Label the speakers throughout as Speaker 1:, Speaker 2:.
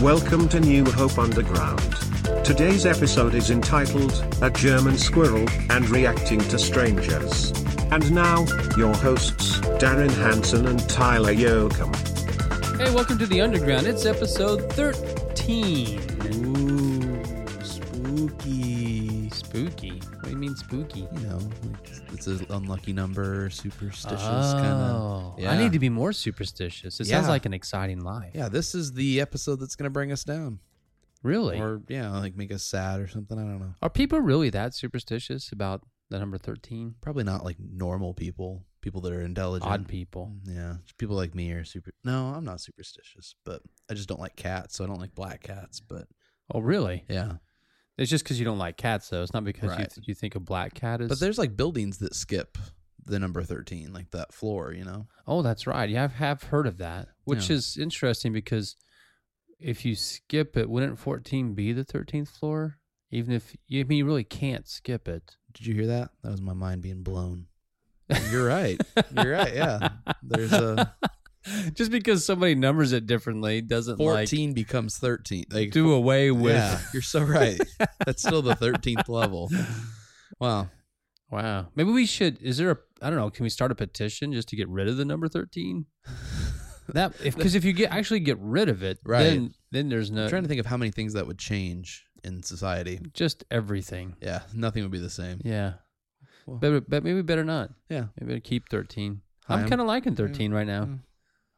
Speaker 1: Welcome to New Hope Underground. Today's episode is entitled A German Squirrel and Reacting to Strangers. And now, your hosts, Darren Hansen and Tyler Yoakum.
Speaker 2: Hey, welcome to the Underground. It's episode 13.
Speaker 3: Ooh, spooky.
Speaker 2: Spooky. What do you mean spooky?
Speaker 3: You know, like it's an unlucky number, superstitious
Speaker 2: Oh,
Speaker 3: kind of. Yeah.
Speaker 2: I need to be more superstitious. It sounds
Speaker 3: Yeah.
Speaker 2: like an exciting life.
Speaker 3: Yeah, this is the episode that's going to bring us down,
Speaker 2: Really?
Speaker 3: or yeah, like make us sad or something. I don't know.
Speaker 2: Are people really that superstitious about the number 13?
Speaker 3: Probably not like normal people, people that are intelligent.
Speaker 2: Odd people.
Speaker 3: Yeah, people like me are super. No, I'm not superstitious, but I just don't like cats, so I don't like black cats. But
Speaker 2: Oh, really?
Speaker 3: yeah,
Speaker 2: It's just because you don't like cats, though. It's not because you,
Speaker 3: Right.
Speaker 2: th- you think a black cat is.
Speaker 3: but there's like buildings that skip the number thirteen, like that floor. You know,
Speaker 2: Oh, that's right. Yeah, I have heard of that, which
Speaker 3: Yeah.
Speaker 2: is interesting because if you skip it, wouldn't 14 be the 13th floor? Even if you, I mean, you really can't skip it.
Speaker 3: did you hear that? That was my mind being blown. You're right. You're right. Yeah, there's a.
Speaker 2: Just because somebody numbers it differently doesn't
Speaker 3: 14 becomes 13
Speaker 2: like
Speaker 3: like
Speaker 2: do away with.
Speaker 3: yeah, you're so right that's still the 13th level wow
Speaker 2: Wow. Maybe we should. Is there a? I don't know. Can we start a petition just to get rid of the number 13? That if because if you get actually get rid of it,
Speaker 3: Right.
Speaker 2: Then then there's no
Speaker 3: i'm trying to think of how many things that would change in society
Speaker 2: just everything.
Speaker 3: yeah nothing would be the same
Speaker 2: Yeah.
Speaker 3: Well-
Speaker 2: But, but maybe better not.
Speaker 3: yeah
Speaker 2: Maybe better keep 13.
Speaker 3: Hi,
Speaker 2: I'm
Speaker 3: I'm- Mm.
Speaker 2: kind of liking 13 right now.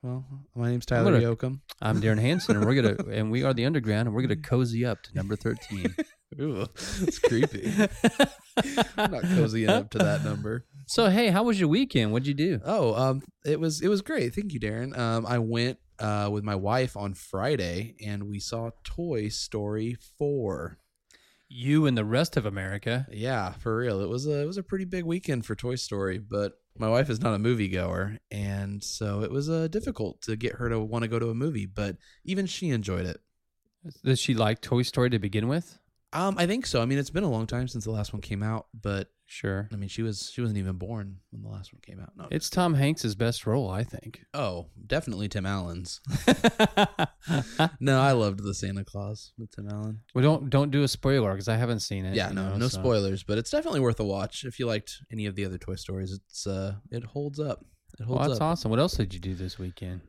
Speaker 3: well my name's
Speaker 2: I'm
Speaker 3: tyler
Speaker 2: gonna-
Speaker 3: yoakum
Speaker 2: I'm Darren Hansen, and we're gonna and we are the underground, and we're
Speaker 3: Mm.
Speaker 2: gonna cozy up to number 13.
Speaker 3: Ooh, it's creepy i'm not cozying up to that number
Speaker 2: So hey, how was your weekend? What'd you do?
Speaker 3: oh um it was it was great thank you darren um i went uh with my wife on friday and we saw toy story 4
Speaker 2: You and the rest of America.
Speaker 3: Yeah, for real. It was a it was a pretty big weekend for Toy Story, but my wife is not a moviegoer, and so it was uh, difficult to get her to want to go to a movie. But even she enjoyed it.
Speaker 2: Does she like Toy Story to begin with?
Speaker 3: Um, I think so. I mean, it's been a long time since the last one came out, but
Speaker 2: Sure.
Speaker 3: I mean, she was she wasn't even born when the last one came out. No,
Speaker 2: It's Tom Hanks' best role, I think.
Speaker 3: oh, definitely Tim Allen's. No, I loved the Santa Claus with Tim Allen.
Speaker 2: well, don't don't do a spoiler because I haven't seen it.
Speaker 3: Yeah,
Speaker 2: you
Speaker 3: no,
Speaker 2: know,
Speaker 3: no
Speaker 2: so-
Speaker 3: spoilers, but it's definitely worth a watch if you liked any of the other Toy Stories. It's uh, it holds up. It
Speaker 2: Well,
Speaker 3: holds
Speaker 2: that's
Speaker 3: up.
Speaker 2: awesome. What else did you do this weekend?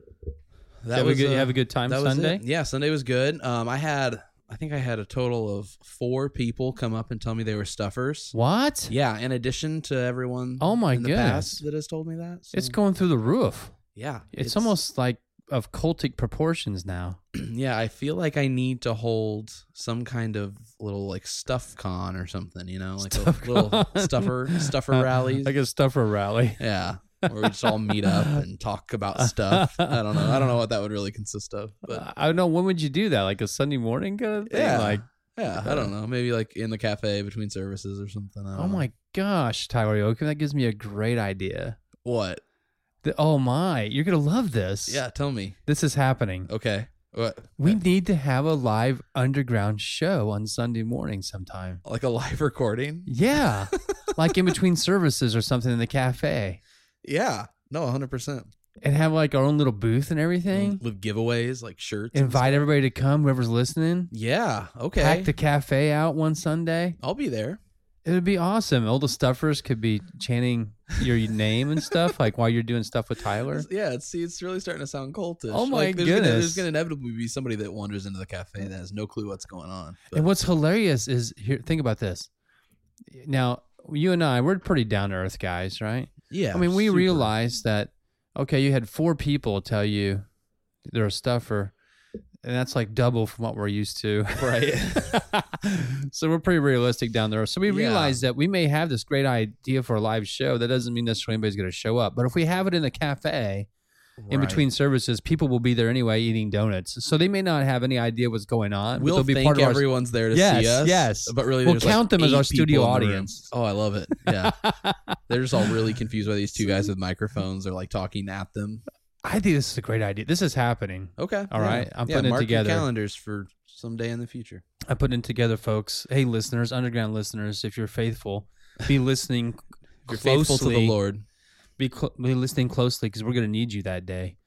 Speaker 3: That
Speaker 2: have, a good,
Speaker 3: uh,
Speaker 2: have a good time
Speaker 3: That was
Speaker 2: Sunday.
Speaker 3: it. Yeah, Sunday was good. Um, I had, I think I had a total of four people come up and tell me they were stuffers.
Speaker 2: What?
Speaker 3: Yeah, in addition to everyone.
Speaker 2: Oh my
Speaker 3: in the
Speaker 2: goodness.
Speaker 3: past that has told me that. So,
Speaker 2: It's going through the roof.
Speaker 3: yeah.
Speaker 2: It's, almost like of cultic proportions now.
Speaker 3: yeah. I feel like I need to hold some kind of little like stuff con or something. You know, like
Speaker 2: Stuff
Speaker 3: a little
Speaker 2: con.
Speaker 3: stuffer stuffer rallies.
Speaker 2: Uh, like a stuffer rally.
Speaker 3: yeah. Where we just all meet up and talk about stuff. I don't know. I don't know what that would really consist of, but
Speaker 2: I don't know. When would you do that? Like a Sunday morning kind of thing?
Speaker 3: Yeah.
Speaker 2: Like,
Speaker 3: yeah, I don't know. Maybe like in the cafe between services or something. I don't
Speaker 2: oh
Speaker 3: know.
Speaker 2: my gosh, Tyler Yoakum, that gives me a great idea.
Speaker 3: What?
Speaker 2: The, oh my, you're going to love this.
Speaker 3: Yeah, tell me.
Speaker 2: This is happening.
Speaker 3: Okay. What?
Speaker 2: We need to have a live underground show on Sunday morning sometime.
Speaker 3: Like a live recording?
Speaker 2: Yeah. like in between services or something in the cafe
Speaker 3: Yeah. No, 100%.
Speaker 2: and have like our own little booth and everything.
Speaker 3: Mm, With giveaways, like shirts. and
Speaker 2: Invite everybody to come, whoever's listening.
Speaker 3: stuff. Yeah. Okay.
Speaker 2: Pack the cafe out one Sunday.
Speaker 3: I'll be there.
Speaker 2: It would be awesome. All the stuffers could be chanting your name and stuff, like while you're doing stuff with Tyler.
Speaker 3: Yeah. It's, see, it's really starting to sound cultish.
Speaker 2: Oh my
Speaker 3: there's gonna-
Speaker 2: goodness.
Speaker 3: there's going to inevitably be somebody that wanders into the cafe that has no clue what's going on. But-
Speaker 2: And what's hilarious is here. Think about this. Now, you and I, we're pretty down to earth guys, right?
Speaker 3: yeah.
Speaker 2: I mean, we
Speaker 3: super.
Speaker 2: realized that okay, you had four people tell you they're a stuffer, and that's like double from what we're used to.
Speaker 3: Right.
Speaker 2: so we're pretty realistic down there. So we
Speaker 3: Yeah.
Speaker 2: realized that we may have this great idea for a live show. That doesn't mean necessarily anybody's going to show up, but if we have it in the cafe in
Speaker 3: Right.
Speaker 2: between services, people will be there anyway eating donuts. So they may not have any idea what's going on. but
Speaker 3: We'll
Speaker 2: they'll be
Speaker 3: think
Speaker 2: part of our-
Speaker 3: everyone's there to
Speaker 2: Yes,
Speaker 3: see us.
Speaker 2: yes.
Speaker 3: But really,
Speaker 2: We'll
Speaker 3: there's, like,
Speaker 2: count them as our
Speaker 3: eight people
Speaker 2: studio
Speaker 3: in the room.
Speaker 2: audience.
Speaker 3: Oh, I love it. Yeah. They're just all really confused by these two guys with microphones. They're like talking at them.
Speaker 2: I think this is a great idea. This is happening.
Speaker 3: Okay.
Speaker 2: All
Speaker 3: All
Speaker 2: right, I'm putting it
Speaker 3: mark
Speaker 2: together.
Speaker 3: Your calendars for someday in the future.
Speaker 2: I put it together, folks. Hey, listeners, underground listeners, if you're faithful, be listening
Speaker 3: If
Speaker 2: closely.
Speaker 3: you're faithful to the Lord.
Speaker 2: Be, cl- be listening closely because we're going to need you that day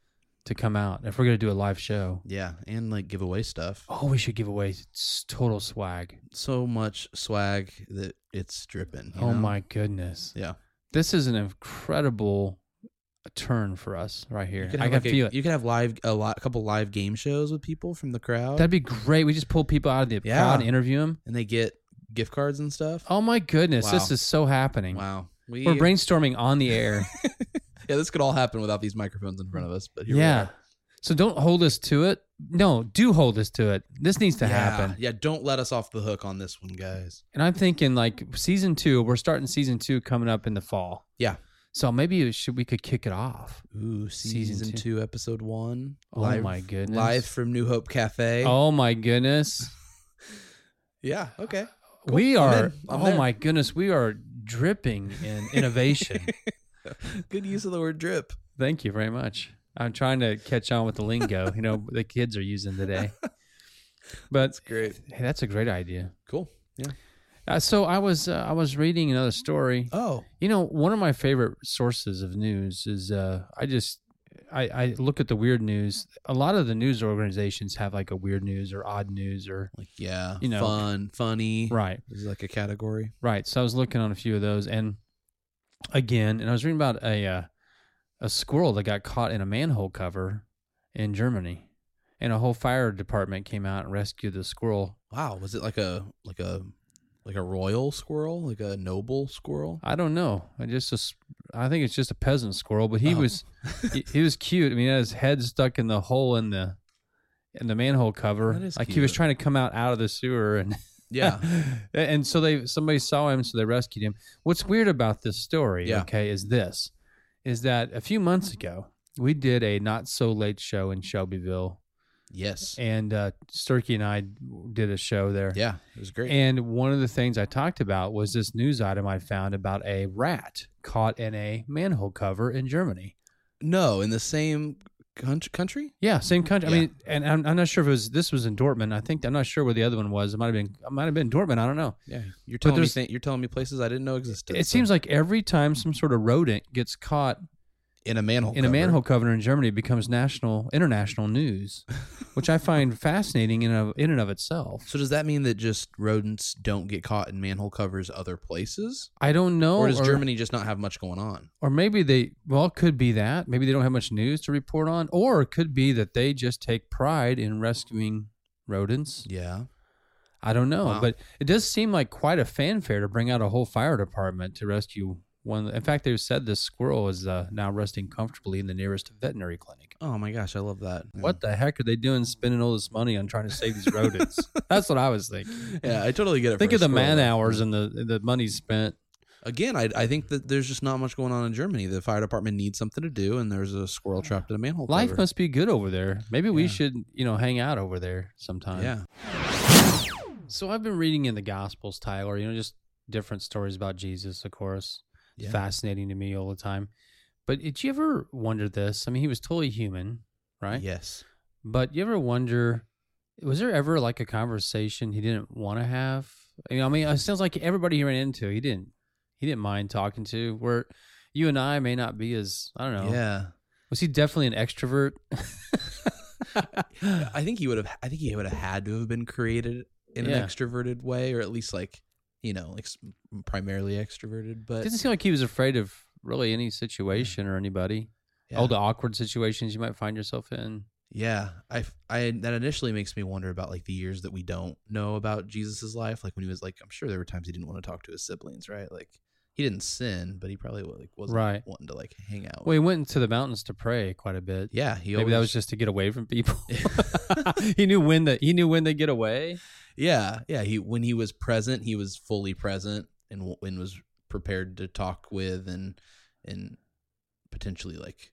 Speaker 2: to come out if we're gonna do a live show.
Speaker 3: Yeah, and like give away stuff.
Speaker 2: Oh, we should give away s- total swag.
Speaker 3: So much swag that it's dripping. you
Speaker 2: oh
Speaker 3: know?
Speaker 2: my goodness.
Speaker 3: Yeah.
Speaker 2: This is an incredible turn for us right
Speaker 3: You
Speaker 2: here.
Speaker 3: could
Speaker 2: I
Speaker 3: have,
Speaker 2: can
Speaker 3: like, a-
Speaker 2: feel it.
Speaker 3: You could have live a, lot, a couple live game shows with people from the crowd,
Speaker 2: That'd be great. We just pull people out of the
Speaker 3: Yeah.
Speaker 2: crowd, and interview them.
Speaker 3: and they get gift cards and stuff.
Speaker 2: Oh my goodness, this
Speaker 3: Wow.
Speaker 2: is so happening.
Speaker 3: wow, we
Speaker 2: We're brainstorming on the air.
Speaker 3: yeah, this could all happen without these microphones in front of us. But here we
Speaker 2: yeah.
Speaker 3: are.
Speaker 2: So don't hold us to it. No, do hold us to it. This needs to
Speaker 3: yeah,
Speaker 2: happen.
Speaker 3: Yeah, don't let us off the hook on this one, guys.
Speaker 2: And I'm thinking like season two. We're starting season two coming up in the fall.
Speaker 3: Yeah.
Speaker 2: So maybe it should we could kick it off.
Speaker 3: Ooh,
Speaker 2: Season
Speaker 3: season, two. episode one.
Speaker 2: Oh my goodness.
Speaker 3: Live eh? from New Hope Cafe.
Speaker 2: Oh my goodness.
Speaker 3: yeah. Okay.
Speaker 2: We
Speaker 3: I'm
Speaker 2: are.
Speaker 3: in. I'm
Speaker 2: oh
Speaker 3: there.
Speaker 2: my goodness. We are dripping in innovation.
Speaker 3: Good use of the word drip.
Speaker 2: Thank you very much. I'm trying to catch on with the lingo. You know, the kids are using today. But
Speaker 3: That's great.
Speaker 2: hey, that's a great idea.
Speaker 3: Cool. Yeah.
Speaker 2: Uh, so I was uh, I was reading another story.
Speaker 3: Oh.
Speaker 2: You know, one of my favorite sources of news is uh, I just I, I look at the weird news. A lot of the news organizations have like a weird news or odd news or
Speaker 3: Like yeah.
Speaker 2: You know.
Speaker 3: fun, funny.
Speaker 2: right,
Speaker 3: This is like a category.
Speaker 2: right. So I was looking on a few of those, and again, and I was reading about a uh, a squirrel that got caught in a manhole cover in Germany, and a whole fire department came out and rescued the squirrel.
Speaker 3: Wow. Was it like a like a like a royal squirrel, like a noble squirrel?
Speaker 2: I don't know. I just, just I think it's just a peasant squirrel, but he
Speaker 3: Oh.
Speaker 2: was he, he was cute. I mean, he had his head stuck in the hole in the in the manhole cover.
Speaker 3: That is
Speaker 2: like he was
Speaker 3: cute.
Speaker 2: trying to come out out of the sewer and
Speaker 3: Yeah.
Speaker 2: and so they somebody saw him so they rescued him. What's weird about this story,
Speaker 3: Yeah.
Speaker 2: okay, is this is that a few months ago we did a not so late show in Shelbyville
Speaker 3: yes.
Speaker 2: and uh Sturkey and I did a show there.
Speaker 3: Yeah. It was great.
Speaker 2: And one of the things I talked about was this news item I found about a rat caught in a manhole cover in Germany.
Speaker 3: no, in the same country. Country.
Speaker 2: Yeah, same country. I
Speaker 3: Yeah.
Speaker 2: mean, and I'm, I'm not sure if it was this was in Dortmund. I think I'm not sure where the other one was. It might have been. It might have been Dortmund. I don't know.
Speaker 3: Yeah. You're telling me
Speaker 2: there's-
Speaker 3: thi- you're telling me places I didn't know existed.
Speaker 2: It seems like every time some sort of rodent gets caught
Speaker 3: in a manhole.
Speaker 2: in a
Speaker 3: cover.
Speaker 2: manhole cover in Germany, it becomes national, international news, which I find fascinating in of, in and of itself.
Speaker 3: So does that mean that just rodents don't get caught in manhole covers other places,
Speaker 2: I don't know.
Speaker 3: or does Germany just not have much going on?
Speaker 2: or maybe they well it could be that maybe they don't have much news to report on or it could be that they just take pride in rescuing rodents
Speaker 3: Yeah.
Speaker 2: i don't know
Speaker 3: Wow.
Speaker 2: but it does seem like quite a fanfare to bring out a whole fire department to rescue one in fact they said this squirrel is uh, now resting comfortably in the nearest veterinary clinic
Speaker 3: Oh my gosh, I love that.
Speaker 2: what the heck are they doing spending all this money on trying to save these rodents that's what i was thinking
Speaker 3: Yeah, I totally get it.
Speaker 2: think
Speaker 3: for a
Speaker 2: of the
Speaker 3: squirrel.
Speaker 2: man hours and the the money spent
Speaker 3: Again, I, I think that there's just not much going on in Germany. The fire department needs something to do, and there's a squirrel trapped in a manhole.
Speaker 2: life
Speaker 3: cover.
Speaker 2: must be good over there maybe we
Speaker 3: Yeah.
Speaker 2: should you know hang out over there sometime
Speaker 3: Yeah.
Speaker 2: So I've been reading in the Gospels, Tyler, you know, just different stories about Jesus, of course.
Speaker 3: Yeah.
Speaker 2: Fascinating to me all the time. But did you ever wonder this? I mean, he was totally human, right?
Speaker 3: Yes.
Speaker 2: But you ever wonder, was there ever like a conversation he didn't want to have? I mean, I mean, it sounds like everybody he ran into, he didn't, he didn't mind talking to. Where you and I may not be as, I don't know.
Speaker 3: Yeah. Uh,
Speaker 2: Was he definitely an extrovert?
Speaker 3: I think he would have. I think he would have had to have been created in
Speaker 2: Yeah.
Speaker 3: an extroverted way, or at least like, you know, like s- primarily extroverted. But
Speaker 2: Didn't seem like he was afraid of really any situation or anybody.
Speaker 3: yeah.
Speaker 2: all the awkward situations you might find yourself in.
Speaker 3: Yeah, I, I that initially makes me wonder about like the years that we don't know about Jesus's life. Like when he was like, I'm sure there were times he didn't want to talk to his siblings, right? Like he didn't sin, but he probably wa- like wasn't
Speaker 2: Right.
Speaker 3: wanting to like hang out.
Speaker 2: Well, he went into the mountains to pray quite a bit.
Speaker 3: yeah, he
Speaker 2: Maybe
Speaker 3: always,
Speaker 2: that was just to get away from people. he knew when that he knew when they get away.
Speaker 3: yeah, yeah. He when he was present, he was fully present and w- and was prepared to talk with and and potentially like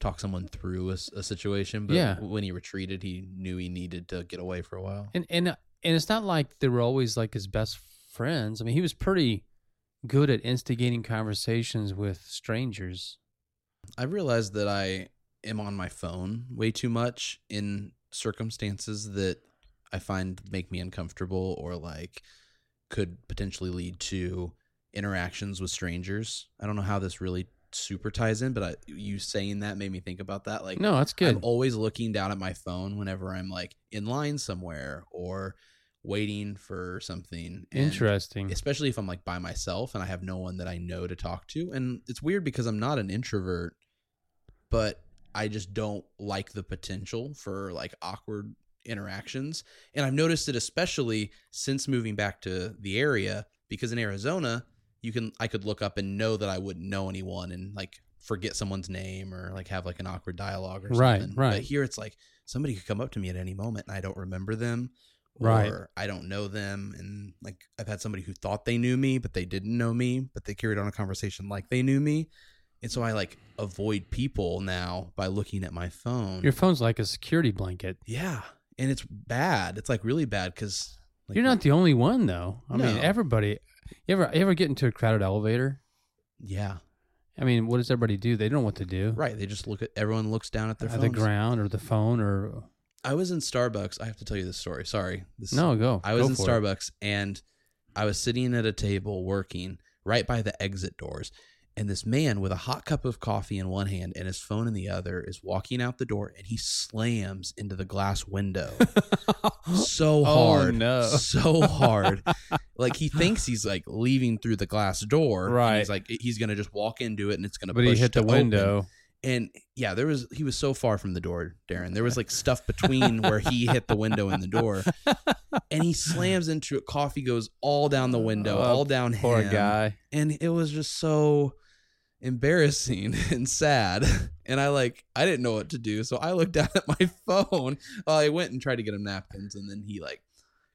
Speaker 3: talk someone through a, s- a situation. But
Speaker 2: Yeah.
Speaker 3: when he retreated, he knew he needed to get away for a while.
Speaker 2: And and uh, and it's not like they were always like his best friends. I mean, he was pretty good at instigating conversations with strangers.
Speaker 3: I realized that I am on my phone way too much in circumstances that I find make me uncomfortable or like could potentially lead to interactions with strangers. I don't know how this really super ties in, but I, you saying that made me think about that. Like,
Speaker 2: No, that's
Speaker 3: I'm
Speaker 2: good.
Speaker 3: always looking down at my phone whenever I'm like in line somewhere or waiting for something. And
Speaker 2: Interesting.
Speaker 3: Especially if I'm like by myself and I have no one that I know to talk to. And it's weird because I'm not an introvert, but I just don't like the potential for like awkward interactions. And I've noticed it especially since moving back to the area because in Arizona, you can I could look up and know that I wouldn't know anyone and like forget someone's name or like have like an awkward dialogue or
Speaker 2: Right,
Speaker 3: something. But
Speaker 2: right.
Speaker 3: here it's like somebody could come up to me at any moment and I don't remember them or
Speaker 2: Right.
Speaker 3: I don't know them and like I've had somebody who thought they knew me but they didn't know me, but they carried on a conversation like they knew me. And so I like avoid people now by looking at my phone.
Speaker 2: Your phone's like a security blanket.
Speaker 3: yeah. And it's bad. It's like really bad cuz like,
Speaker 2: You're not the only one though. I mean,
Speaker 3: No.
Speaker 2: everybody. You ever you ever get into a crowded elevator?
Speaker 3: Yeah.
Speaker 2: I mean, what does everybody do? They don't know what to do.
Speaker 3: Right. They just look at everyone looks down at their
Speaker 2: At
Speaker 3: phones.
Speaker 2: the ground or the phone or
Speaker 3: I was in Starbucks. I have to tell you this story. Sorry. This
Speaker 2: no go.
Speaker 3: I was
Speaker 2: Go
Speaker 3: in
Speaker 2: for it.
Speaker 3: Starbucks and I was sitting at a table working right by the exit doors. And this man with a hot cup of coffee in one hand and his phone in the other is walking out the door and he slams into the glass window so
Speaker 2: Oh,
Speaker 3: hard.
Speaker 2: no.
Speaker 3: So hard. like he thinks he's like leaving through the glass door. and
Speaker 2: Right.
Speaker 3: he's like, he's going to just walk into it and it's going to
Speaker 2: but he hit the window.
Speaker 3: and yeah, there was he was so far from the door, Darren. There was like stuff between where he hit the window and the door, and he slams into it. Coffee goes all down the window,
Speaker 2: Oh,
Speaker 3: all down
Speaker 2: Poor
Speaker 3: him,
Speaker 2: guy.
Speaker 3: and it was just so embarrassing and sad. And I like I didn't know what to do, so I looked down at my phone. Well, I went and tried to get him napkins, and then he like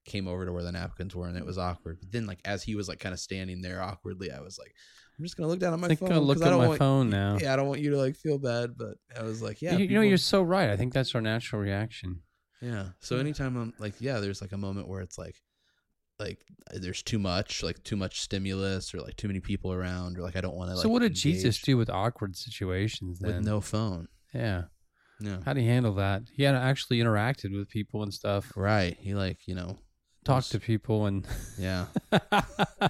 Speaker 3: came over to where the napkins were, and it was awkward. But then like as he was like kind of standing there awkwardly, I was like. I'm just gonna look down at
Speaker 2: I
Speaker 3: my
Speaker 2: think
Speaker 3: phone.
Speaker 2: I'm gonna look
Speaker 3: 'cause I
Speaker 2: at
Speaker 3: don't
Speaker 2: my
Speaker 3: want-
Speaker 2: phone now.
Speaker 3: yeah, I don't want you to like feel bad, but I was like, yeah,
Speaker 2: you, you know,
Speaker 3: people-
Speaker 2: you're so right. I think that's our natural reaction.
Speaker 3: yeah. So anytime I'm like, yeah, there's like a moment where it's like, like uh, there's too much, like too much stimulus, or like too many people around, or like I don't want to.
Speaker 2: so, what did Jesus do with awkward situations then?
Speaker 3: with no phone?
Speaker 2: yeah.
Speaker 3: No,
Speaker 2: How do you handle that? He had actually interacted with people and stuff,
Speaker 3: right? He like you know,
Speaker 2: talked to people, and
Speaker 3: yeah,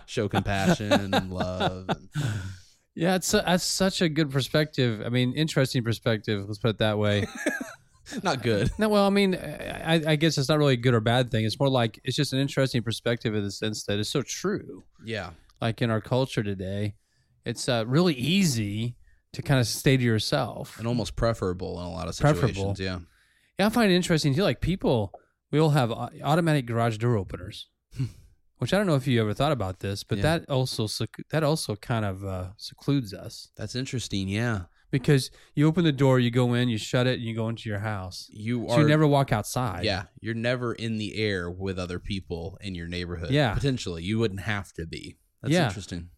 Speaker 3: show compassion and love. And,
Speaker 2: yeah, it's a, that's such a good perspective. I mean, interesting perspective. Let's put it that way.
Speaker 3: not good.
Speaker 2: No, well, I mean, I, I guess it's not really a good or bad thing. It's more like it's just an interesting perspective in the sense that it's so true.
Speaker 3: Yeah,
Speaker 2: Like in our culture today, it's uh, really easy to kind of stay to yourself.
Speaker 3: and almost preferable in a lot of situations.
Speaker 2: Preferable.
Speaker 3: Yeah,
Speaker 2: Yeah, I find it interesting too. Like people, we all have au- automatic garage door openers, which I don't know if you ever thought about this, but
Speaker 3: Yeah.
Speaker 2: that also sec- that also kind of uh, secludes us
Speaker 3: that's interesting. Yeah,
Speaker 2: because you open the door, you go in, you shut it, and you go into your house.
Speaker 3: you are.
Speaker 2: So you never walk outside.
Speaker 3: Yeah, you're never in the air with other people in your neighborhood.
Speaker 2: Yeah.
Speaker 3: potentially you wouldn't have to be. That's
Speaker 2: Yeah.
Speaker 3: interesting.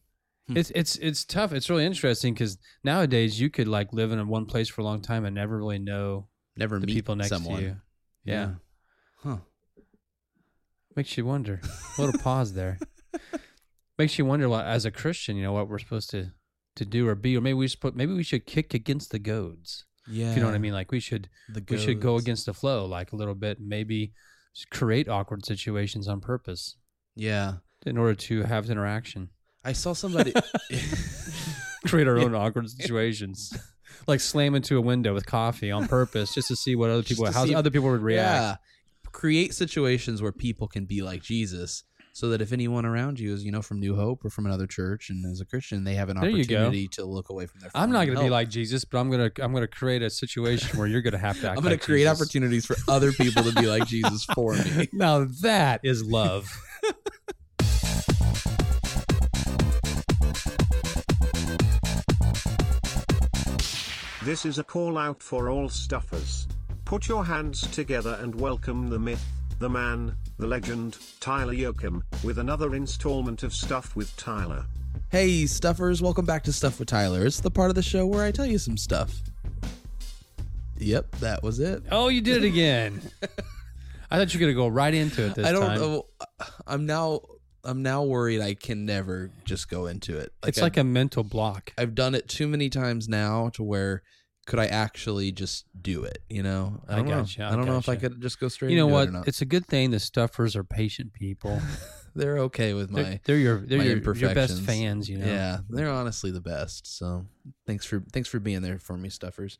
Speaker 3: Hmm.
Speaker 2: it's it's it's tough. It's really interesting because nowadays you could like live in one place for a long time and never really know
Speaker 3: Never
Speaker 2: the
Speaker 3: meet
Speaker 2: people next
Speaker 3: someone.
Speaker 2: to you. Yeah.
Speaker 3: Huh.
Speaker 2: makes you wonder. A little pause there. Makes you wonder what, as a Christian, you know, what we're supposed to to do or be, or maybe we should maybe we should kick against the goads.
Speaker 3: Yeah.
Speaker 2: If you know what I mean? Like we should
Speaker 3: The
Speaker 2: we should go
Speaker 3: goats.
Speaker 2: against the flow, like a little bit. Maybe s- create awkward situations on purpose
Speaker 3: Yeah.
Speaker 2: in order to have interaction.
Speaker 3: I saw somebody
Speaker 2: Create our own awkward situations, like slam into a window with coffee on purpose, just to see what other people
Speaker 3: to
Speaker 2: how
Speaker 3: see-
Speaker 2: other people would react.
Speaker 3: Yeah. Create situations where people can be like Jesus so that if anyone around you is, you know, from New Hope or from another church and is a Christian, they have an
Speaker 2: There you go.
Speaker 3: opportunity to look away from their
Speaker 2: I'm
Speaker 3: phone
Speaker 2: not
Speaker 3: and
Speaker 2: going to be
Speaker 3: help.
Speaker 2: like Jesus, but I'm going to I'm going to create a situation where you're going to have to. Act
Speaker 3: I'm going
Speaker 2: like
Speaker 3: to create
Speaker 2: Jesus.
Speaker 3: opportunities for other people to be like Jesus for me.
Speaker 2: Now that is love.
Speaker 1: This is a call out for all stuffers. Put your hands together and welcome the myth, the man, the legend, Tyler Yoakum, with another installment of Stuff with Tyler.
Speaker 3: Hey, stuffers, welcome back to Stuff with Tyler. It's the part of the show where I tell you some stuff. Yep, that was it.
Speaker 2: oh, you did it again. I thought you were gonna go right into it this
Speaker 3: I don't
Speaker 2: time.
Speaker 3: know. I'm now I'm now worried I can never just go into it.
Speaker 2: it's like a mental block.
Speaker 3: I've, I've done it too many times now to where could I actually just do it, you know?
Speaker 2: I
Speaker 3: don't know.
Speaker 2: gotcha, I
Speaker 3: I don't know if I
Speaker 2: gotcha.
Speaker 3: could just go straight
Speaker 2: You know
Speaker 3: into it
Speaker 2: what?
Speaker 3: or not.
Speaker 2: It's a good thing the stuffers are patient people
Speaker 3: they're okay with my.
Speaker 2: they're, they're your they're
Speaker 3: my
Speaker 2: your, your best
Speaker 3: imperfections.
Speaker 2: fans, you know.
Speaker 3: Yeah, they're honestly the best. So thanks for thanks for being there for me, stuffers.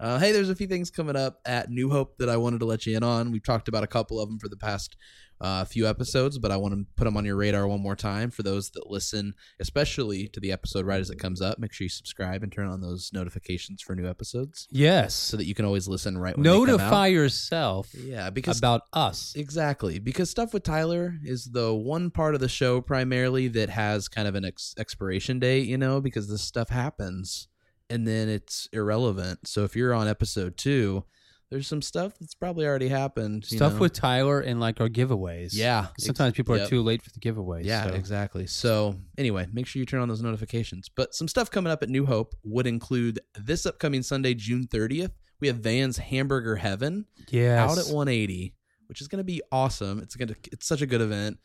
Speaker 3: Uh, hey, there's a few things coming up at New Hope that I wanted to let you in on. We've talked about a couple of them for the past uh, few episodes, but I want to put them on your radar one more time for those that listen, especially to the episode right as it comes up. Make sure you subscribe and turn on those notifications for new episodes
Speaker 2: Yes.
Speaker 3: so that you can always listen right when They come
Speaker 2: Notify
Speaker 3: out.
Speaker 2: yourself
Speaker 3: Yeah, because
Speaker 2: about us.
Speaker 3: Exactly, because stuff with Tyler is the one part of the show primarily that has kind of an ex- expiration date, you know, because this stuff happens and then it's irrelevant. So if you're on episode two, there's some stuff that's probably already happened. you
Speaker 2: Stuff
Speaker 3: know.
Speaker 2: with Tyler and like our giveaways.
Speaker 3: yeah, ex-
Speaker 2: Sometimes people are
Speaker 3: yep.
Speaker 2: too late for the giveaways.
Speaker 3: Yeah,
Speaker 2: so.
Speaker 3: exactly. So, anyway, make sure you turn on those notifications. But some stuff coming up at New Hope would include this upcoming Sunday, June 30th. We have Van's Hamburger Heaven
Speaker 2: Yes.
Speaker 3: out at 180, which is going to be awesome. It's going to it's such a good event.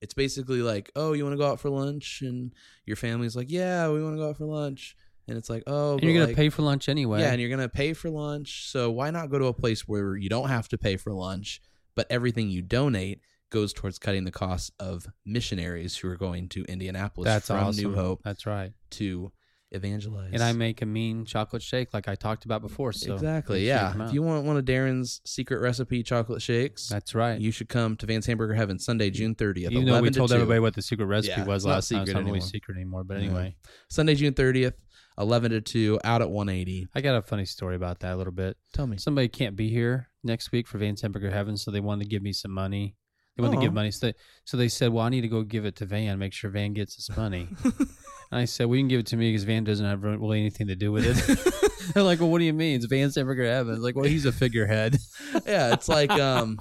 Speaker 3: It's basically like, "Oh, you want to go out for lunch?" and your family's like, "Yeah, we want to go out for lunch." And it's like, "Oh,
Speaker 2: And
Speaker 3: but
Speaker 2: you're gonna
Speaker 3: like-
Speaker 2: pay for lunch anyway.
Speaker 3: Yeah, and you're going to pay for lunch. So why not go to a place where you don't have to pay for lunch, but everything you donate goes towards cutting the cost of missionaries who are going to Indianapolis
Speaker 2: That's
Speaker 3: from
Speaker 2: awesome.
Speaker 3: New Hope
Speaker 2: That's right.
Speaker 3: to evangelize.
Speaker 2: And I make a mean chocolate shake like I talked about before. So
Speaker 3: Exactly.
Speaker 2: make sure
Speaker 3: Yeah.
Speaker 2: come
Speaker 3: If
Speaker 2: out.
Speaker 3: you want one of Darren's secret recipe chocolate shakes,
Speaker 2: That's right.
Speaker 3: you should come to Vance Hamburger Heaven Sunday, June 30th.
Speaker 2: Even though we
Speaker 3: 11 to
Speaker 2: told
Speaker 3: 2.
Speaker 2: everybody what the secret recipe
Speaker 3: Yeah,
Speaker 2: was
Speaker 3: it's not
Speaker 2: last time, it's
Speaker 3: secret
Speaker 2: not really
Speaker 3: anymore.
Speaker 2: secret anymore. But
Speaker 3: Yeah.
Speaker 2: anyway,
Speaker 3: Sunday, June 30th, 11 to 2, out at 180.
Speaker 2: I got a funny story about that a little bit.
Speaker 3: Tell me.
Speaker 2: Somebody can't be here next week for Van Hamburger Heaven, so they wanted to give me some money. They wanted to give
Speaker 3: Aw.
Speaker 2: money, so they, so they said, "Well, I need to go give it to Van, make sure Van gets his money." and I said, "Well, you can give it to me because Van doesn't have really anything to do with it." They're like, "Well, what do you mean? It's Van Hamburger Heaven." It's like, well, he's a figurehead.
Speaker 3: yeah, it's like um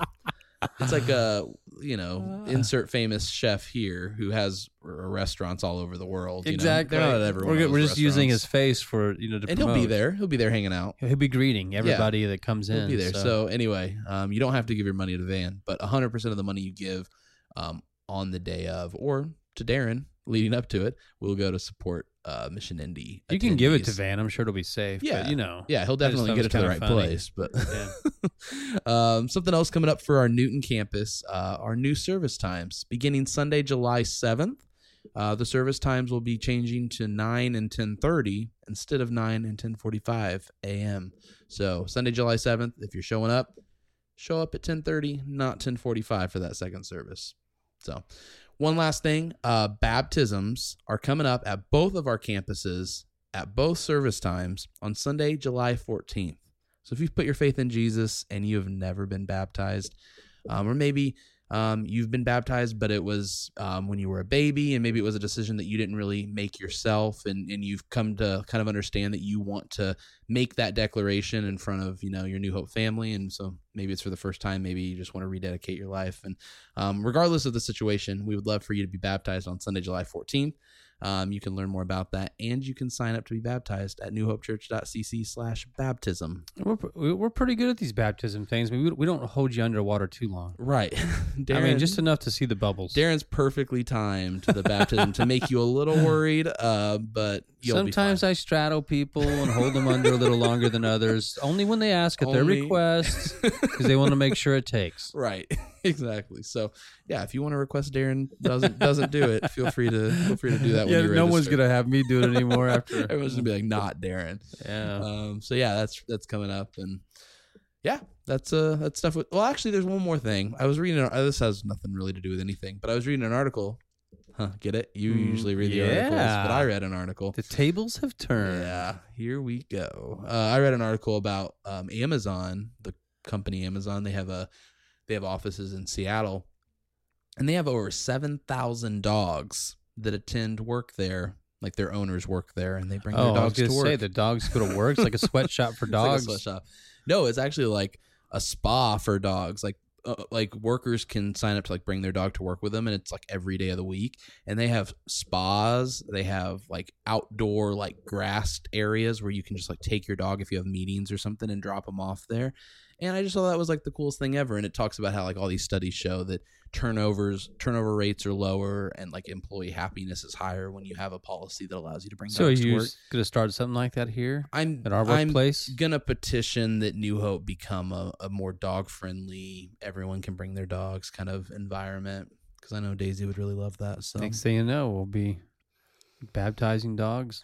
Speaker 3: it's like a, you
Speaker 2: Uh.
Speaker 3: know, insert famous chef here who has r- restaurants all over the world, you know? They're
Speaker 2: exactly.
Speaker 3: not at every one
Speaker 2: we're,
Speaker 3: of
Speaker 2: we're
Speaker 3: those
Speaker 2: just using his
Speaker 3: restaurants.
Speaker 2: face for you know to
Speaker 3: And
Speaker 2: promote.
Speaker 3: he'll be there. He'll be there hanging out.
Speaker 2: He'll be greeting everybody that comes in.
Speaker 3: He'll be there.
Speaker 2: so-
Speaker 3: So, anyway, um, you don't have to give your money to Van, but 100% of the money you give um, on the day of or to Darren leading up to it will go to support uh, Mission Indy.
Speaker 2: You can give it to
Speaker 3: attendees.
Speaker 2: Van. I'm sure it'll be safe.
Speaker 3: Yeah.
Speaker 2: But, you know.
Speaker 3: Yeah, he'll
Speaker 2: I just
Speaker 3: definitely
Speaker 2: thought it
Speaker 3: get it to the
Speaker 2: was
Speaker 3: right
Speaker 2: kinda funny.
Speaker 3: place. But um, something else coming up for our Newton campus uh, our new service times beginning Sunday, July seventh. Uh, the service times will be changing to nine and ten thirty instead of nine and ten forty five a.m. So Sunday, July seventh, if you're showing up, show up at ten thirty, not ten forty five for that second service. So, one last thing: uh, baptisms are coming up at both of our campuses at both service times on Sunday, July 14th. So if you've put your faith in Jesus and you have never been baptized, um, or maybe um, you've been baptized, but it was um, when you were a baby, and maybe it was a decision that you didn't really make yourself, and, and you've come to kind of understand that you want to make that declaration in front of you know your New Hope family, and so maybe it's for the first time, maybe you just want to rededicate your life, and um, regardless of the situation, we would love for you to be baptized on Sunday, July 14th. Um, you can learn more about that, and you can sign up to be baptized at newhopechurch.cc/slash baptism.
Speaker 2: We're, pr- we- we're pretty good at these baptism things. I mean, we, we don't hold you underwater too long.
Speaker 3: Right, Darren.
Speaker 2: I mean, just enough to see the bubbles.
Speaker 3: Darren's perfectly timed the baptism to make you a little worried, uh, but you'll
Speaker 2: Sometimes
Speaker 3: be
Speaker 2: I straddle people and hold them under a little longer than others, only when they ask at their
Speaker 3: Only-
Speaker 2: request because they want to make sure it takes.
Speaker 3: fine. right, exactly. So, yeah, if you want to request Darren doesn't doesn't do it, feel free to feel free to do that. when you register.
Speaker 2: have me do it anymore after.
Speaker 3: Everyone's gonna be like, not Darren.
Speaker 2: yeah. Uh,
Speaker 3: Um, so yeah, that's that's coming up, and yeah, that's uh that's stuff. With, well, actually, there's one more thing. I was reading. An, uh, this has nothing really to do with anything, but I was reading an article. Huh? Get it? You
Speaker 2: Mm,
Speaker 3: usually read the articles,
Speaker 2: yeah.
Speaker 3: but I read an article.
Speaker 2: The tables have turned.
Speaker 3: Yeah, here we go. Uh, I read an article about um, Amazon, the company Amazon. They have a they have offices in Seattle, and they have over seven thousand dogs that attend work there. Like their owners work there, and they bring
Speaker 2: Oh,
Speaker 3: their
Speaker 2: I was
Speaker 3: dogs
Speaker 2: going
Speaker 3: to
Speaker 2: to
Speaker 3: work.
Speaker 2: say the dogs go to work. It's like a sweatshop for
Speaker 3: It's like a
Speaker 2: dogs.
Speaker 3: sweatshop. No, it's actually like a spa for dogs. Like uh, like workers can sign up to like bring their dog to work with them, and it's like every day of the week. And they have spas. They have like outdoor like grassed areas where you can just like take your dog if you have meetings or something and drop them off there. And I just thought that was like the coolest thing ever. And it talks about how like all these studies show that turnovers turnover rates are lower and like employee happiness is higher when you have a policy that allows you to bring
Speaker 2: so are
Speaker 3: dogs to
Speaker 2: you
Speaker 3: work.
Speaker 2: going to start something like that here
Speaker 3: I'm
Speaker 2: at our
Speaker 3: I'm
Speaker 2: workplace?
Speaker 3: gonna petition that New Hope become a, a more dog friendly, everyone can bring their dogs kind of environment. because I know Daisy would really love that. So
Speaker 2: Next thing you know, we'll be baptizing dogs.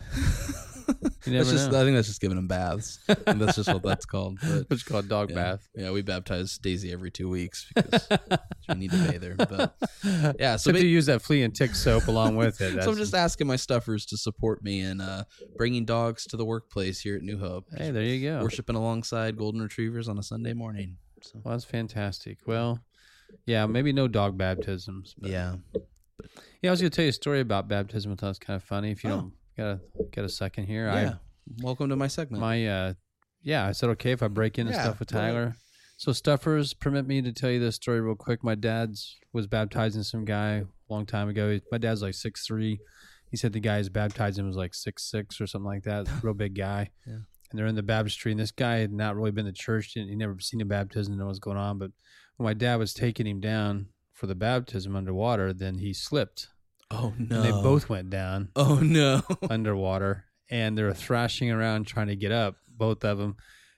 Speaker 2: You never
Speaker 3: that's just
Speaker 2: know.
Speaker 3: I think that's just giving them baths. And that's just what that's called. But
Speaker 2: It's called dog
Speaker 3: yeah.
Speaker 2: bath.
Speaker 3: Yeah, we baptize Daisy every two weeks because we need to bathe her. But yeah, so
Speaker 2: So
Speaker 3: ba-
Speaker 2: to use that flea and tick soap along with it. That's,
Speaker 3: so I'm just asking my stuffers to support me in uh, bringing dogs to the workplace here at New Hope.
Speaker 2: hey, there you go.
Speaker 3: Worshiping alongside golden retrievers on a Sunday morning. So
Speaker 2: Well, that's fantastic. Well, yeah, maybe no dog baptisms. But
Speaker 3: yeah,
Speaker 2: yeah, I was gonna tell you a story about baptism. I thought it's kind of funny. If you
Speaker 3: Oh.
Speaker 2: don't got a got a second here,
Speaker 3: yeah. Welcome to my
Speaker 2: I
Speaker 3: segment.
Speaker 2: my uh, yeah, I said okay if I break in and
Speaker 3: Yeah,
Speaker 2: stuff with
Speaker 3: go ahead.
Speaker 2: Tyler. So stuffers, permit me to tell you this story real quick. My dad's was baptizing some guy a long time ago. He- My dad's like six three. He said the guy he's baptizing was like six six or something like that. Real big guy.
Speaker 3: Yeah.
Speaker 2: And they're in the baptistry, and this guy had not really been to church. Didn't, he never seen a baptism, didn't know what's going on. But when my dad was taking him down for the baptism underwater, then he slipped.
Speaker 3: oh no.
Speaker 2: And they both went down
Speaker 3: Oh no.
Speaker 2: underwater and they were thrashing around trying to get up, both of them.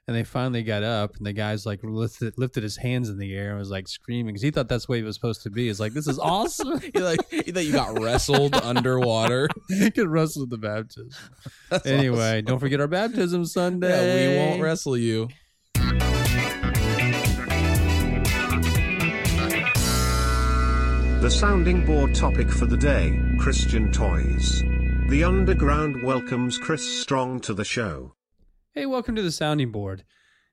Speaker 2: And they finally got up, and the guy's like lifted, lifted his hands in the air and was like screaming because he thought that's the way it was supposed to be. It's like, this is awesome.
Speaker 3: you like you thought you got wrestled underwater.
Speaker 2: he could wrestle with the baptism.
Speaker 3: That's
Speaker 2: anyway, don't forget our baptism
Speaker 3: awesome.
Speaker 2: Sunday.
Speaker 3: yeah, we won't wrestle you.
Speaker 1: The sounding board topic for the day Christian toys. The Underground welcomes Chris Strong to the show.
Speaker 2: Hey, welcome to the sounding board.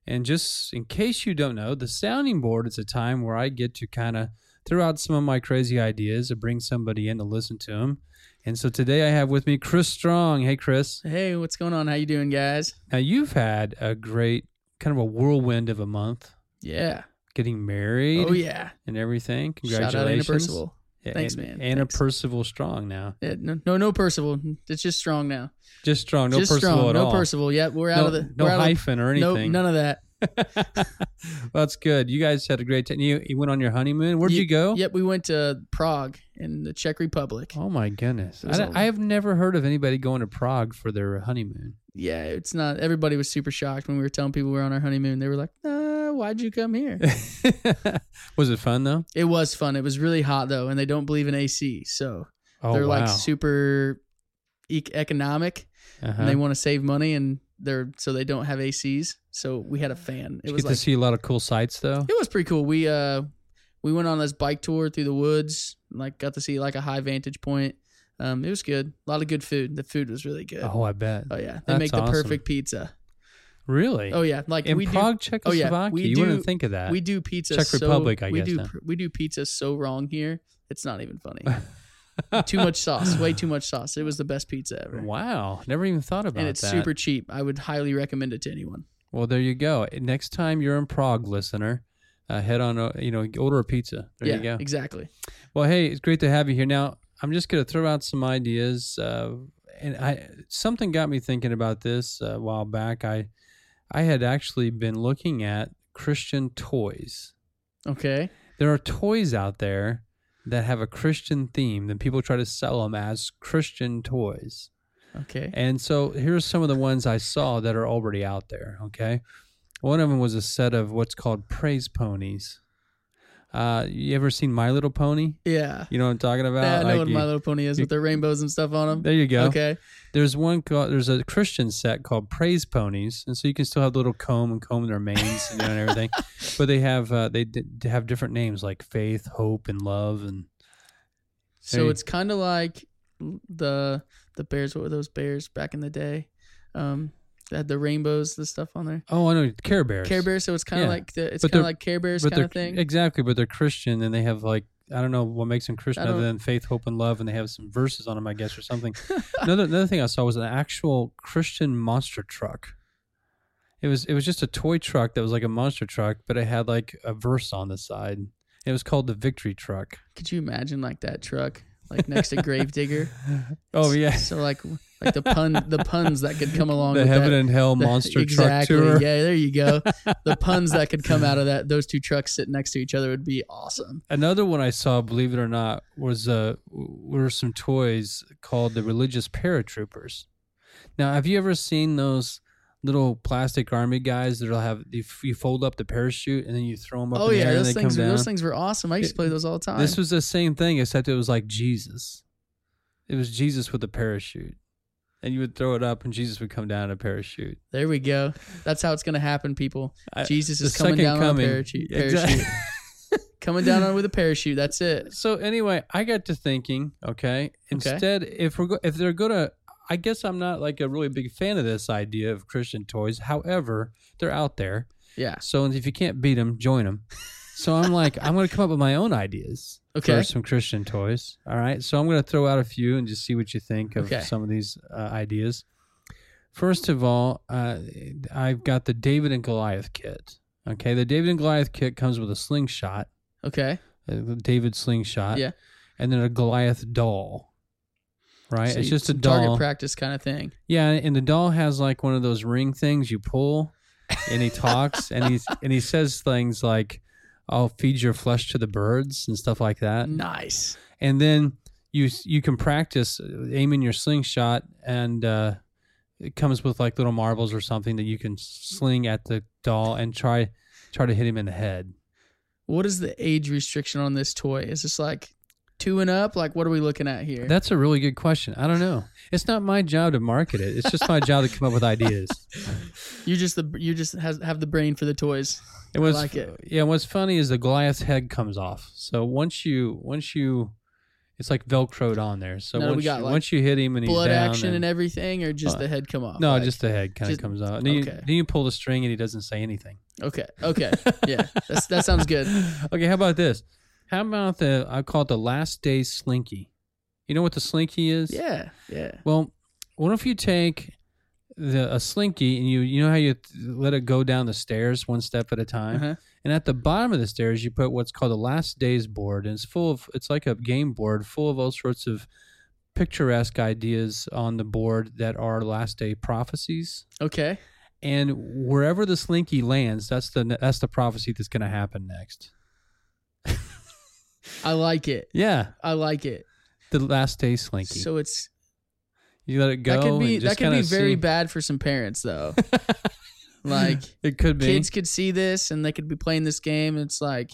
Speaker 2: And just in case you don't know, the sounding board is a time where I get to kind of throw out some of my crazy ideas and bring somebody in to listen to them. And so today I have with me Chris Strong. Hey, Chris.
Speaker 4: Hey, what's going on? How you doing, guys?
Speaker 2: Now you've had a great kind of a whirlwind of a month
Speaker 4: Yeah.
Speaker 2: getting married
Speaker 4: Oh yeah.
Speaker 2: and everything. Congratulations.
Speaker 4: Shout out Anna Percival.
Speaker 2: Yeah,
Speaker 4: Thanks,
Speaker 2: An-
Speaker 4: man.
Speaker 2: Anna
Speaker 4: Thanks.
Speaker 2: Percival strong now.
Speaker 4: Yeah, no, no, no Percival. It's just strong now.
Speaker 2: Just strong, Oh, no
Speaker 4: just
Speaker 2: Percival
Speaker 4: strong.
Speaker 2: at
Speaker 4: no
Speaker 2: all.
Speaker 4: Percival. Yep, we're out
Speaker 2: no,
Speaker 4: of the.
Speaker 2: no
Speaker 4: we're out of,
Speaker 2: hyphen or
Speaker 4: nope,
Speaker 2: anything.
Speaker 4: none of that.
Speaker 2: well, that's good. You guys had a great time. You, you went on your honeymoon. Where'd
Speaker 4: Ye-
Speaker 2: you go?
Speaker 4: Yep, we went to Prague in the Czech Republic.
Speaker 2: Oh my goodness!
Speaker 4: It was
Speaker 2: I,
Speaker 4: all-
Speaker 2: I have never heard of anybody going to Prague for their honeymoon.
Speaker 4: Yeah, it's not. Everybody was super shocked when we were telling people we were on our honeymoon. They were like, uh, "Why'd you come here?"
Speaker 2: was it fun though?
Speaker 4: it was fun. It was really hot though, and they don't believe in AC, so
Speaker 2: Oh
Speaker 4: they're
Speaker 2: wow!
Speaker 4: like super e- economic.
Speaker 2: Uh-huh.
Speaker 4: and they want to save money and they're so they don't have ACs. So we had a fan.
Speaker 2: Did
Speaker 4: It
Speaker 2: you
Speaker 4: was
Speaker 2: get
Speaker 4: like
Speaker 2: to see a lot of cool sights though.
Speaker 4: it was pretty cool. We uh we went on this bike tour through the woods, like got to see like a high vantage point. Um it was good. A lot of good food. The food was really good. Oh,
Speaker 2: Oh, I bet.
Speaker 4: yeah. They
Speaker 2: that's
Speaker 4: make the
Speaker 2: awesome.
Speaker 4: perfect pizza.
Speaker 2: Really?
Speaker 4: Oh yeah, like
Speaker 2: in
Speaker 4: we
Speaker 2: Prague,
Speaker 4: oh, yeah,
Speaker 2: Czechoslovakia.
Speaker 4: we
Speaker 2: you
Speaker 4: do-
Speaker 2: wouldn't think of that.
Speaker 4: do we do pizza
Speaker 2: Czech
Speaker 4: so,
Speaker 2: Republic, I
Speaker 4: we
Speaker 2: guess
Speaker 4: do
Speaker 2: now.
Speaker 4: pr- we do pizza so wrong here. It's not even funny. too much sauce, way too much sauce. It was the best pizza ever.
Speaker 2: Wow, never even thought about
Speaker 4: And it's
Speaker 2: that.
Speaker 4: super cheap. I would highly recommend it to anyone.
Speaker 2: well, there you go. Next time you're in Prague, listener, uh, head on. Uh, you know, order a pizza. There
Speaker 4: yeah,
Speaker 2: you go.
Speaker 4: exactly.
Speaker 2: Well, hey, it's great to have you here. Now, I'm just going to throw out some ideas, uh, and I something got me thinking about this uh, a while back. I I had actually been looking at Christian toys.
Speaker 4: Okay.
Speaker 2: There are toys out there that have a Christian theme, then people try to sell them as Christian toys.
Speaker 4: Okay.
Speaker 2: And so here's some of the ones I saw that are already out there. Okay. One of them was a set of what's called praise ponies. Uh, you ever seen My Little Pony?
Speaker 4: Yeah.
Speaker 2: You know what I'm talking about?
Speaker 4: yeah, I know
Speaker 2: Like
Speaker 4: what
Speaker 2: you-
Speaker 4: My Little Pony is
Speaker 2: you-
Speaker 4: with their rainbows and stuff on them.
Speaker 2: there you go.
Speaker 4: Okay.
Speaker 2: There's one. Called, there's a Christian set called Praise Ponies, and so you can still have the little comb and comb their manes you know, and everything. But they have uh, they d- they have different names like faith, hope, and love, and
Speaker 4: So
Speaker 2: Hey.
Speaker 4: it's kind of like the the bears. What were those bears back in the day? Um, that had the rainbows, the stuff on there.
Speaker 2: oh, I know Care Bears.
Speaker 4: Care Bears. So it's kind of
Speaker 2: Yeah.
Speaker 4: like the, it's
Speaker 2: But
Speaker 4: kind
Speaker 2: they're-
Speaker 4: of like Care Bears
Speaker 2: but
Speaker 4: kind
Speaker 2: they're
Speaker 4: of thing.
Speaker 2: exactly, but they're Christian, and they have like I don't know what makes them Christian
Speaker 4: I
Speaker 2: other than
Speaker 4: don't-
Speaker 2: faith, hope, and love, and they have some verses on them, I guess, or something. another another thing I saw was an actual Christian monster truck. It was it was just a toy truck that was like a monster truck, but it had like a verse on the side. It was called the Victory Truck.
Speaker 4: Could you imagine like that truck, like next to Gravedigger?
Speaker 2: Oh yeah,
Speaker 4: So like like the pun the puns that could come along
Speaker 2: the
Speaker 4: with
Speaker 2: Heaven
Speaker 4: that.
Speaker 2: and Hell
Speaker 4: the-
Speaker 2: Monster
Speaker 4: exactly.
Speaker 2: Truck Tour.
Speaker 4: Yeah, there you go. The puns that could come out of that, those two trucks sitting next to each other would be awesome.
Speaker 2: Another one I saw, believe it or not, was uh w- were some toys called the Religious Paratroopers. Now, have you ever seen those little plastic army guys that'll have you, f- you fold up the parachute and then you throw them up.
Speaker 4: Oh
Speaker 2: in the
Speaker 4: yeah,
Speaker 2: air and
Speaker 4: those
Speaker 2: they
Speaker 4: things.
Speaker 2: Come down.
Speaker 4: Those things were awesome. I used to play those all the time.
Speaker 2: This was the same thing, except it was like Jesus. It was Jesus with a parachute, and you would throw it up, and Jesus would come down in a parachute.
Speaker 4: there we go. That's how it's gonna happen, people.
Speaker 2: I-
Speaker 4: Jesus
Speaker 2: the
Speaker 4: is coming
Speaker 2: second
Speaker 4: down on a
Speaker 2: coming.
Speaker 4: parachute.
Speaker 2: Yeah, exact-
Speaker 4: parachute. coming down on with a parachute. That's it.
Speaker 2: so anyway, I got to thinking. Okay, instead, if we're go- if they're gonna, I guess I'm not like a really big fan of this idea of Christian toys. However, they're out there.
Speaker 4: Yeah.
Speaker 2: So if you can't beat them, join them. So I'm like, I'm gonna come up with my own ideas
Speaker 4: Okay.
Speaker 2: for some Christian toys. All right, so I'm gonna throw out a few and just see what you think of
Speaker 4: Okay.
Speaker 2: some of these uh, ideas. First of all, uh, I've got the David and Goliath kit. Okay, the David and Goliath kit comes with a slingshot,
Speaker 4: Okay.
Speaker 2: a David slingshot,
Speaker 4: Yeah.
Speaker 2: and then a Goliath doll. Right,
Speaker 4: So
Speaker 2: it's
Speaker 4: you-
Speaker 2: just a
Speaker 4: some target
Speaker 2: doll.
Speaker 4: practice kind of thing.
Speaker 2: Yeah, and the doll has like one of those ring things you pull, and he talks, and he's and he says things like, "I'll feed your flesh to the birds" and stuff like that.
Speaker 4: Mm-hmm. Nice.
Speaker 2: And then you you can practice aiming your slingshot, and uh, it comes with like little marbles or something that you can sling at the doll and try try to hit him in the head.
Speaker 4: What is the age restriction on this toy? Is this like two and up? Like what are we looking at here?
Speaker 2: That's a really good question. I don't know. It's not my job to market it. It's just my job to come up with ideas.
Speaker 4: you're just the you just has, have the brain for the toys.
Speaker 2: It was
Speaker 4: like it.
Speaker 2: yeah. What's funny is the Goliath's head comes off. So once you once you, it's like velcroed on there. So
Speaker 4: No, we
Speaker 2: once,
Speaker 4: got,
Speaker 2: you,
Speaker 4: like,
Speaker 2: once you hit him and he's
Speaker 4: Blood
Speaker 2: down
Speaker 4: action and,
Speaker 2: and-
Speaker 4: everything, or just
Speaker 2: Uh,
Speaker 4: the head come off?
Speaker 2: no,
Speaker 4: Like-
Speaker 2: just the head kind of
Speaker 4: just-
Speaker 2: comes out. Then, you,
Speaker 4: okay.
Speaker 2: then you pull the string and he doesn't say anything.
Speaker 4: okay, okay, yeah, that's, that sounds good.
Speaker 2: okay, how about this? How about the I call it the last day slinky. You know what the slinky is?
Speaker 4: Yeah, yeah.
Speaker 2: Well, what if you take the a slinky and you you know how you th- let it go down the stairs one step at a time,
Speaker 4: Uh-huh.
Speaker 2: and at the bottom of the stairs you put what's called the last days board, and it's full of it's like a game board full of all sorts of picturesque ideas on the board that are last day prophecies.
Speaker 4: Okay,
Speaker 2: And wherever the slinky lands, that's the that's the prophecy that's going to happen next.
Speaker 4: I like it.
Speaker 2: Yeah,
Speaker 4: I like it.
Speaker 2: the last day slinky.
Speaker 4: So it's
Speaker 2: you let it go.
Speaker 4: that could be
Speaker 2: and
Speaker 4: that
Speaker 2: just
Speaker 4: could be
Speaker 2: kinda
Speaker 4: very
Speaker 2: see-
Speaker 4: bad for some parents though. like
Speaker 2: It could be.
Speaker 4: kids could see this and they could be playing this game. And it's like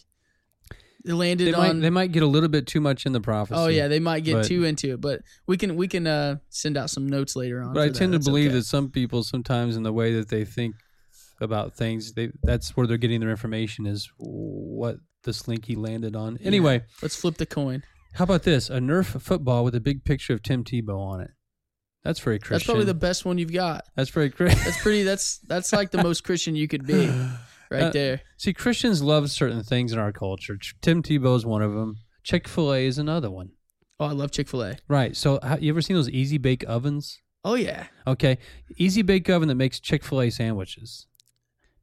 Speaker 4: it landed
Speaker 2: they
Speaker 4: on.
Speaker 2: might they might get a little bit too much in the prophecy.
Speaker 4: oh yeah, they might get
Speaker 2: but-
Speaker 4: too into it, but we can we can uh, send out some notes later on.
Speaker 2: but I
Speaker 4: for that.
Speaker 2: tend to
Speaker 4: That's
Speaker 2: believe
Speaker 4: okay.
Speaker 2: that some people sometimes in the way that they think about things, they that's where they're getting their information is what the slinky landed on. Anyway,
Speaker 4: Let's flip the coin.
Speaker 2: how about this? A Nerf football with a big picture of Tim Tebow on it. That's very Christian.
Speaker 4: That's probably the best one you've got.
Speaker 2: That's very Christian.
Speaker 4: That's pretty. That's that's like the most Christian you could be, right
Speaker 2: Uh,
Speaker 4: there.
Speaker 2: See, Christians love certain things in our culture. Ch- Tim Tebow's one of them. Chick Fil A is another one.
Speaker 4: Oh, I love Chick Fil A.
Speaker 2: Right. So, ha- you ever seen those easy bake ovens?
Speaker 4: Oh yeah.
Speaker 2: Okay, easy bake oven that makes Chick Fil A sandwiches.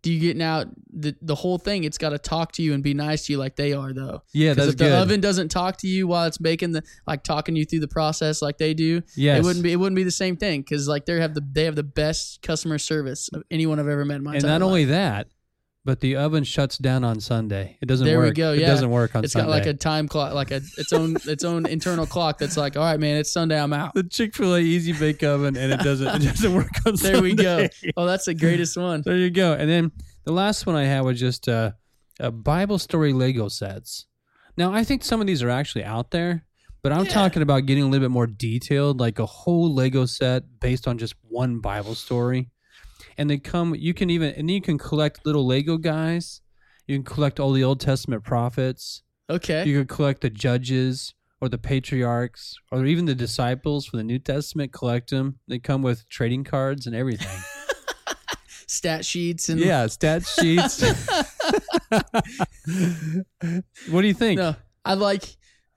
Speaker 4: Do you get now the the whole thing? It's got to talk to you and be nice to you like they are though.
Speaker 2: Yeah,
Speaker 4: 'Cause
Speaker 2: that's
Speaker 4: if the
Speaker 2: good.
Speaker 4: oven doesn't talk to you while it's baking the like talking you through the process like they do,
Speaker 2: Yes.
Speaker 4: it wouldn't be it wouldn't be the same thing because like they have the they have the best customer service of anyone I've ever met in my
Speaker 2: and
Speaker 4: entire
Speaker 2: not
Speaker 4: life.
Speaker 2: only that, but the oven shuts down on Sunday. It doesn't
Speaker 4: There we
Speaker 2: work.
Speaker 4: go,
Speaker 2: It
Speaker 4: yeah.
Speaker 2: doesn't work on
Speaker 4: it's
Speaker 2: Sunday.
Speaker 4: got like a time clock, like a its own its own internal clock that's like, all right, man, it's Sunday, I'm out.
Speaker 2: the Chick Fil A easy bake oven, and it doesn't it doesn't work on Sunday.
Speaker 4: There we go. Oh, that's the greatest one.
Speaker 2: There you go. And then the last one I had was just uh, a Bible story Lego sets. Now I think some of these are actually out there, but I'm talking about getting a little bit more detailed, like a whole Lego set based on just one Bible story. And they come. You can even and you can collect little Lego guys. You can collect all the Old Testament prophets.
Speaker 4: Okay.
Speaker 2: You can collect the judges or the patriarchs or even the disciples from the New Testament. Collect them. They come with trading cards and everything.
Speaker 4: Stat sheets and
Speaker 2: Yeah, stat sheets. what do you think?
Speaker 4: No, I like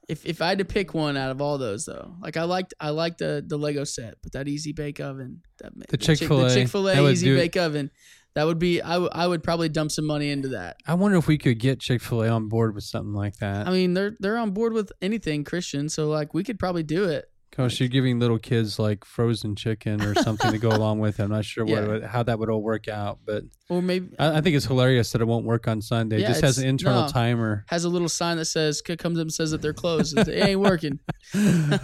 Speaker 4: if if I had to pick one out of all those though, like I liked I liked the the Lego set, but that Easy Bake Oven, that ma-
Speaker 2: The
Speaker 4: Chick-
Speaker 2: Chick-fil-A,
Speaker 4: the Chick Fil
Speaker 2: that
Speaker 4: A
Speaker 2: would
Speaker 4: Easy
Speaker 2: do it.
Speaker 4: Bake Oven, that would be I, w- I would probably dump some money into that.
Speaker 2: I wonder if we could get Chick Fil A on board with something like that.
Speaker 4: I mean, they're they're on board with anything Christian, so like we could probably do it.
Speaker 2: Gosh, you're giving little kids like frozen chicken or something to go along with. it. I'm not sure what
Speaker 4: Yeah.
Speaker 2: it would- how that would all work out, but
Speaker 4: Or maybe
Speaker 2: I, I think it's hilarious that it won't work on Sunday. it
Speaker 4: Yeah,
Speaker 2: just has
Speaker 4: it's-
Speaker 2: an internal
Speaker 4: no.
Speaker 2: timer.
Speaker 4: has a little sign that says c- comes up and says that they're closed. it ain't working.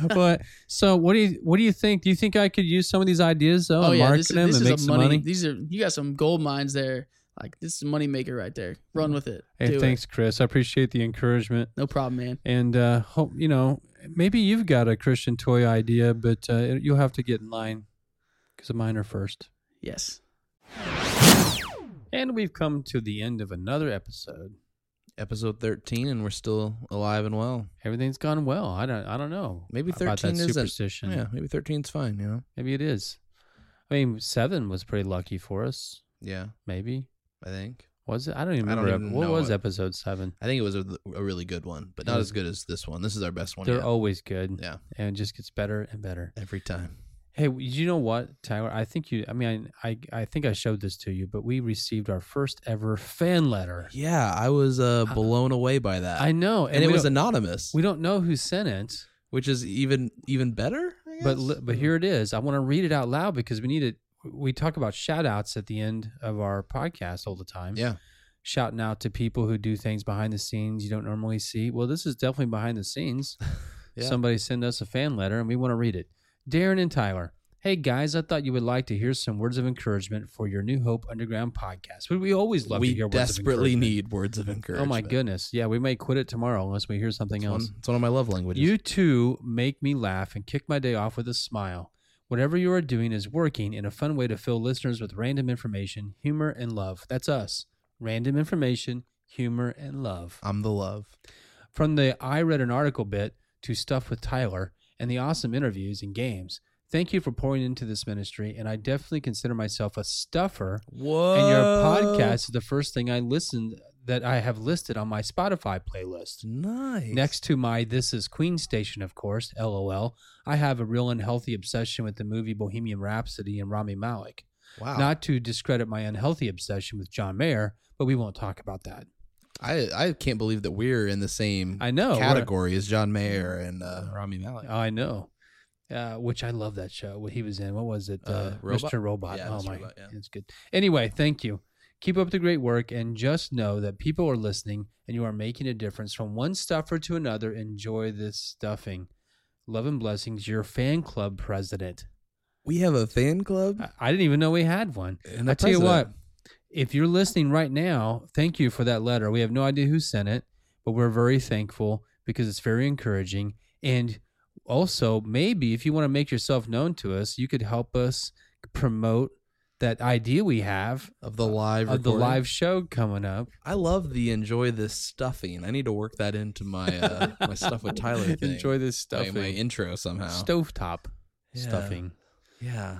Speaker 2: but so what do you what do you think? Do you think I could use some of these ideas though
Speaker 4: oh
Speaker 2: and
Speaker 4: yeah,
Speaker 2: market
Speaker 4: this, is-
Speaker 2: them
Speaker 4: this
Speaker 2: and
Speaker 4: is
Speaker 2: make
Speaker 4: a
Speaker 2: some
Speaker 4: money,
Speaker 2: money?
Speaker 4: These are you got some gold mines there. Like this is a moneymaker right there. Run with it.
Speaker 2: Hey,
Speaker 4: Do it.
Speaker 2: thanks, Chris. I appreciate the encouragement.
Speaker 4: No problem, man.
Speaker 2: And uh, hope you know maybe you've got a Christian toy idea, but uh, you'll have to get in line because mine are first.
Speaker 4: Yes.
Speaker 2: And we've come to the end of another episode.
Speaker 3: Episode 13, and we're still alive and well.
Speaker 2: Everything's gone well. I don't. I don't know.
Speaker 3: Maybe
Speaker 2: about
Speaker 3: 13
Speaker 2: that
Speaker 3: isn't-
Speaker 2: superstition.
Speaker 3: Yeah, maybe 13's fine, you know?
Speaker 2: Maybe it is. I mean, seven was pretty lucky for us.
Speaker 3: Yeah,
Speaker 2: Maybe
Speaker 3: I think.
Speaker 2: was it? I don't even
Speaker 3: I don't
Speaker 2: remember.
Speaker 3: even
Speaker 2: what
Speaker 3: know
Speaker 2: was
Speaker 3: what-
Speaker 2: episode seven?
Speaker 3: I think it was a, a really good one, but
Speaker 2: It
Speaker 3: not
Speaker 2: was-
Speaker 3: as good as this one. This is our best one.
Speaker 2: They're
Speaker 3: yet.
Speaker 2: always good.
Speaker 3: Yeah.
Speaker 2: and it just gets better and better.
Speaker 3: every time.
Speaker 2: Hey, w- you know what, Tyler? I think you. I mean, I, I I think I showed this to you, but we received our first ever fan letter.
Speaker 3: Yeah, I was uh,
Speaker 2: I-
Speaker 3: blown away by that.
Speaker 2: I know,
Speaker 3: and it
Speaker 2: we
Speaker 3: was
Speaker 2: don't-
Speaker 3: anonymous,
Speaker 2: we don't know who sent it,
Speaker 3: which is even even better. I
Speaker 2: but
Speaker 3: guess?
Speaker 2: li- but here it is. I want to read it out loud because we need it. We talk about shout outs at the end of our podcast all the time.
Speaker 3: yeah,
Speaker 2: shouting out to people who do things behind the scenes you don't normally see. Well, this is definitely behind the scenes.
Speaker 3: Yeah.
Speaker 2: Somebody send us a fan letter and we want to read it. Darren and Tyler. Hey guys, I thought you would like to hear some words of encouragement for your New Hope Underground podcast. We, we always love to
Speaker 3: we
Speaker 2: hear
Speaker 3: desperately
Speaker 2: words of encouragement.
Speaker 3: need words of
Speaker 2: Oh
Speaker 3: encouragement.
Speaker 2: my goodness. Yeah, we may quit it tomorrow unless we hear something
Speaker 3: it's
Speaker 2: else.
Speaker 3: one, it's one of my love languages.
Speaker 2: You two make me laugh and kick my day off with a smile. Whatever you are doing is working in a fun way to fill listeners with random information, humor, and love. That's us. Random information, humor, and love.
Speaker 3: I'm the love.
Speaker 2: From the I read an article bit to stuff with Tyler and the awesome interviews and games. Thank you for pouring into this ministry, and I definitely consider myself a stuffer
Speaker 3: Whoa!
Speaker 2: and your podcast is the first thing I listened that I have listed on my Spotify playlist.
Speaker 3: nice.
Speaker 2: Next to my This Is Queen station, of course, LOL, I have a real unhealthy obsession with the movie Bohemian Rhapsody and Rami Malik.
Speaker 3: wow.
Speaker 2: Not to discredit my unhealthy obsession with John Mayer, but we won't talk about that.
Speaker 3: I I can't believe that we're in the same
Speaker 2: I know. we're-
Speaker 3: category as John Mayer and uh, Rami Malek.
Speaker 2: I know. Uh, which I love that show. What he was in. What was it?
Speaker 3: Uh, Robot?
Speaker 2: Mr. Robot.
Speaker 3: Yeah,
Speaker 2: oh
Speaker 3: Mr.
Speaker 2: my,
Speaker 3: Robot, yeah.
Speaker 2: it's good. Anyway, thank you. Keep up the great work, and just know that people are listening, and you are making a difference from one stuffer to another. Enjoy this stuffing. Love and blessings, your fan club president.
Speaker 3: we have a fan club.
Speaker 2: I, I didn't even know we had one.
Speaker 3: and a
Speaker 2: I tell you what,
Speaker 3: president.
Speaker 2: if you're listening right now, thank you for that letter. We have no idea who sent it, but we're very thankful because it's very encouraging. And also, maybe if you want to make yourself known to us, you could help us promote that idea we have
Speaker 3: of the live
Speaker 2: of the
Speaker 3: recording.
Speaker 2: live show coming up.
Speaker 3: I love the enjoy this stuffing. I need to work that into my uh, my stuff with Tyler. Thing.
Speaker 2: Enjoy this
Speaker 3: My-
Speaker 2: stuffing.
Speaker 3: My, intro somehow.
Speaker 2: Stovetop
Speaker 3: Yeah.
Speaker 2: stuffing.
Speaker 3: yeah,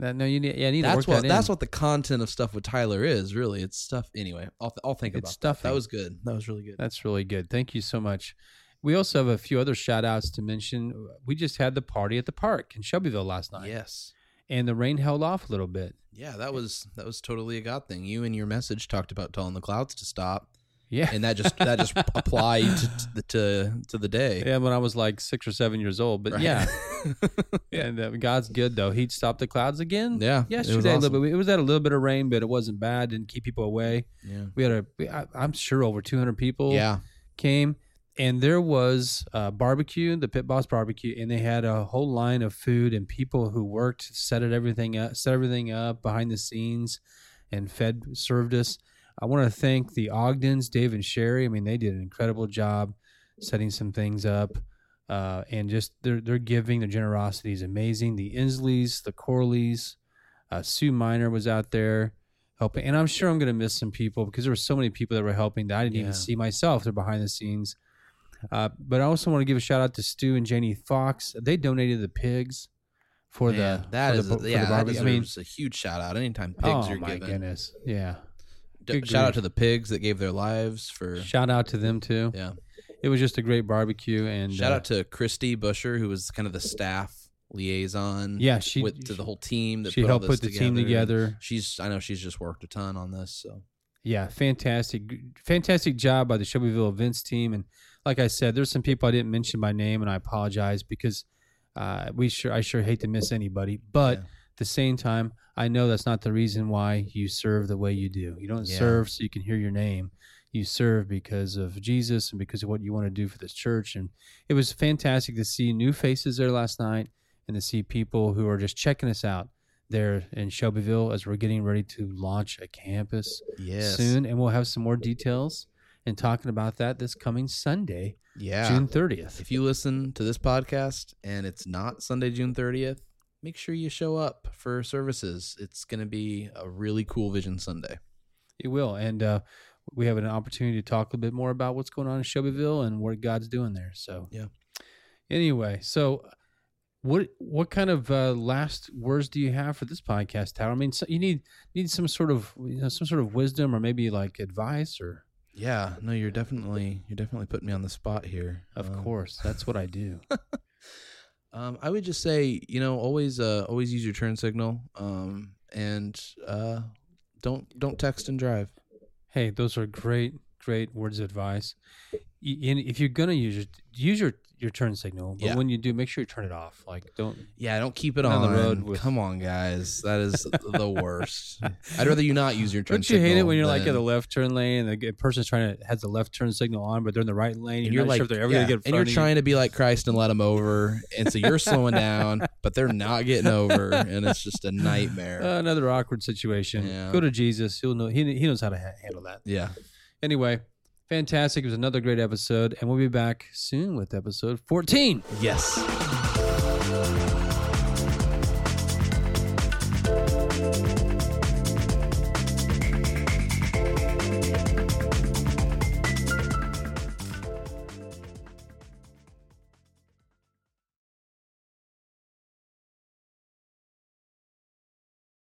Speaker 2: That, no, you need, yeah, I need
Speaker 3: that's
Speaker 2: to work
Speaker 3: what
Speaker 2: that
Speaker 3: that's
Speaker 2: in.
Speaker 3: what the content of stuff with Tyler is really. It's stuff. Anyway, I'll th- I'll think
Speaker 2: It's
Speaker 3: about That.
Speaker 2: stuffing.
Speaker 3: that was good. That was really good.
Speaker 2: That's really good. Thank you so much. We also have a few other shout outs to mention. We just had the party at the park in Shelbyville last night.
Speaker 3: Yes.
Speaker 2: And the rain held off a little bit.
Speaker 3: Yeah, that was that was totally a God thing. You and your message talked about telling the clouds to stop,
Speaker 2: Yeah.
Speaker 3: and that just that just applied to to, to, to the day.
Speaker 2: yeah, when I was like six or seven years old. But
Speaker 3: Right?
Speaker 2: yeah. And uh, God's good though. He'd stopped the clouds again.
Speaker 3: yeah. it was
Speaker 2: Yesterday, a little bit. It was at a little bit of rain, but it wasn't bad. Didn't keep people away.
Speaker 3: awesome.
Speaker 2: We had a, we- I, I'm sure over 200 people.
Speaker 3: Yeah. Yeah.
Speaker 2: came and there was uh, barbecue, the pit boss barbecue, and they had a whole line of food and people who worked set it everything up, set everything up behind the scenes, and fed served us. I want to thank the Ogdens, Dave and Sherry. I mean, they did an incredible job setting some things up, uh, and just their their giving, their generosity is amazing. The Insleys, the Corleys, uh, Sue Miner was out there helping, and I'm sure I'm going to miss some people because there were so many people that were helping that I didn't
Speaker 3: Yeah.
Speaker 2: even see myself. They're behind the scenes. Uh, but I also want to give a shout out to Stu and Janie Fox. They donated the pigs for
Speaker 3: Man,
Speaker 2: the
Speaker 3: that
Speaker 2: for
Speaker 3: is
Speaker 2: the,
Speaker 3: a-
Speaker 2: for the
Speaker 3: yeah, that
Speaker 2: barbecue. I mean,
Speaker 3: deserves a huge shout out. Anytime pigs
Speaker 2: oh
Speaker 3: are
Speaker 2: my
Speaker 3: given,
Speaker 2: goodness, yeah.
Speaker 3: D-
Speaker 2: good
Speaker 3: shout out
Speaker 2: grief.
Speaker 3: to the pigs that gave their lives for.
Speaker 2: Shout out to them too.
Speaker 3: Yeah,
Speaker 2: It was just a great barbecue and
Speaker 3: shout
Speaker 2: uh,
Speaker 3: out to Christy Busher, who was kind of the staff liaison.
Speaker 2: yeah she
Speaker 3: with to the whole team that
Speaker 2: she
Speaker 3: put all
Speaker 2: helped
Speaker 3: this
Speaker 2: put the team together.
Speaker 3: She's I know she's just worked a ton on this. So
Speaker 2: Yeah, fantastic, fantastic job by the Shelbyville events team. And like I said, there's some people I didn't mention by name, and I apologize because Uh, we sure I sure hate to miss anybody, but
Speaker 3: Yeah.
Speaker 2: at the same time, I know that's not the reason why you serve the way you do. You don't
Speaker 3: Yeah.
Speaker 2: serve so you can hear your name. You serve because of Jesus and because of what you want to do for this church. And it was fantastic to see new faces there last night and to see people who are just checking us out there in Shelbyville as we're getting ready to launch a campus
Speaker 3: Yes.
Speaker 2: soon. And we'll have some more details and talking about that this coming Sunday,
Speaker 3: Yeah.
Speaker 2: June 30th.
Speaker 3: If you listen to this podcast and it's not Sunday, June 30th, make sure you show up for services. It's going to be a really cool Vision Sunday.
Speaker 2: It will. And uh, we have an opportunity to talk a bit more about what's going on in Shelbyville and what God's doing there. So,
Speaker 3: Yeah.
Speaker 2: Anyway, so what what kind of uh, last words do you have for this podcast, Tyler? I mean, so you need need some sort of you know, some sort of wisdom or maybe like advice or
Speaker 3: Yeah, no, you're definitely you're definitely putting me on the spot here.
Speaker 2: of
Speaker 3: Um,
Speaker 2: course, that's what I do.
Speaker 3: Um, I would just say, you know, always uh, always use your turn signal. Um, and uh, don't don't text and drive.
Speaker 2: Hey, those are great, great words of advice. Y- And if you're gonna use your use your your turn signal, but
Speaker 3: Yeah.
Speaker 2: when you do, make sure you turn it off. Like, don't.
Speaker 3: Yeah, don't keep it
Speaker 2: On
Speaker 3: on.
Speaker 2: the road with-
Speaker 3: Come on, guys, that is the worst. I'd rather you not use your turn.
Speaker 2: Don't you hate it
Speaker 3: signal
Speaker 2: when you're like in
Speaker 3: than-
Speaker 2: the left turn lane and the person's trying to has the left turn signal on, but they're in the right lane.
Speaker 3: and
Speaker 2: you're, not sure if they're ever
Speaker 3: yeah,
Speaker 2: gonna get in
Speaker 3: and
Speaker 2: front
Speaker 3: you're
Speaker 2: of you.
Speaker 3: trying to be like Christ and let them over, and so you're slowing down, but they're not getting over, and it's just a nightmare.
Speaker 2: Uh, another awkward situation.
Speaker 3: Yeah.
Speaker 2: Go to Jesus. He'll know. He, he knows how to ha- handle that.
Speaker 3: yeah,
Speaker 2: Anyway, fantastic. It was another great episode, and we'll be back soon with episode 14.
Speaker 3: yes.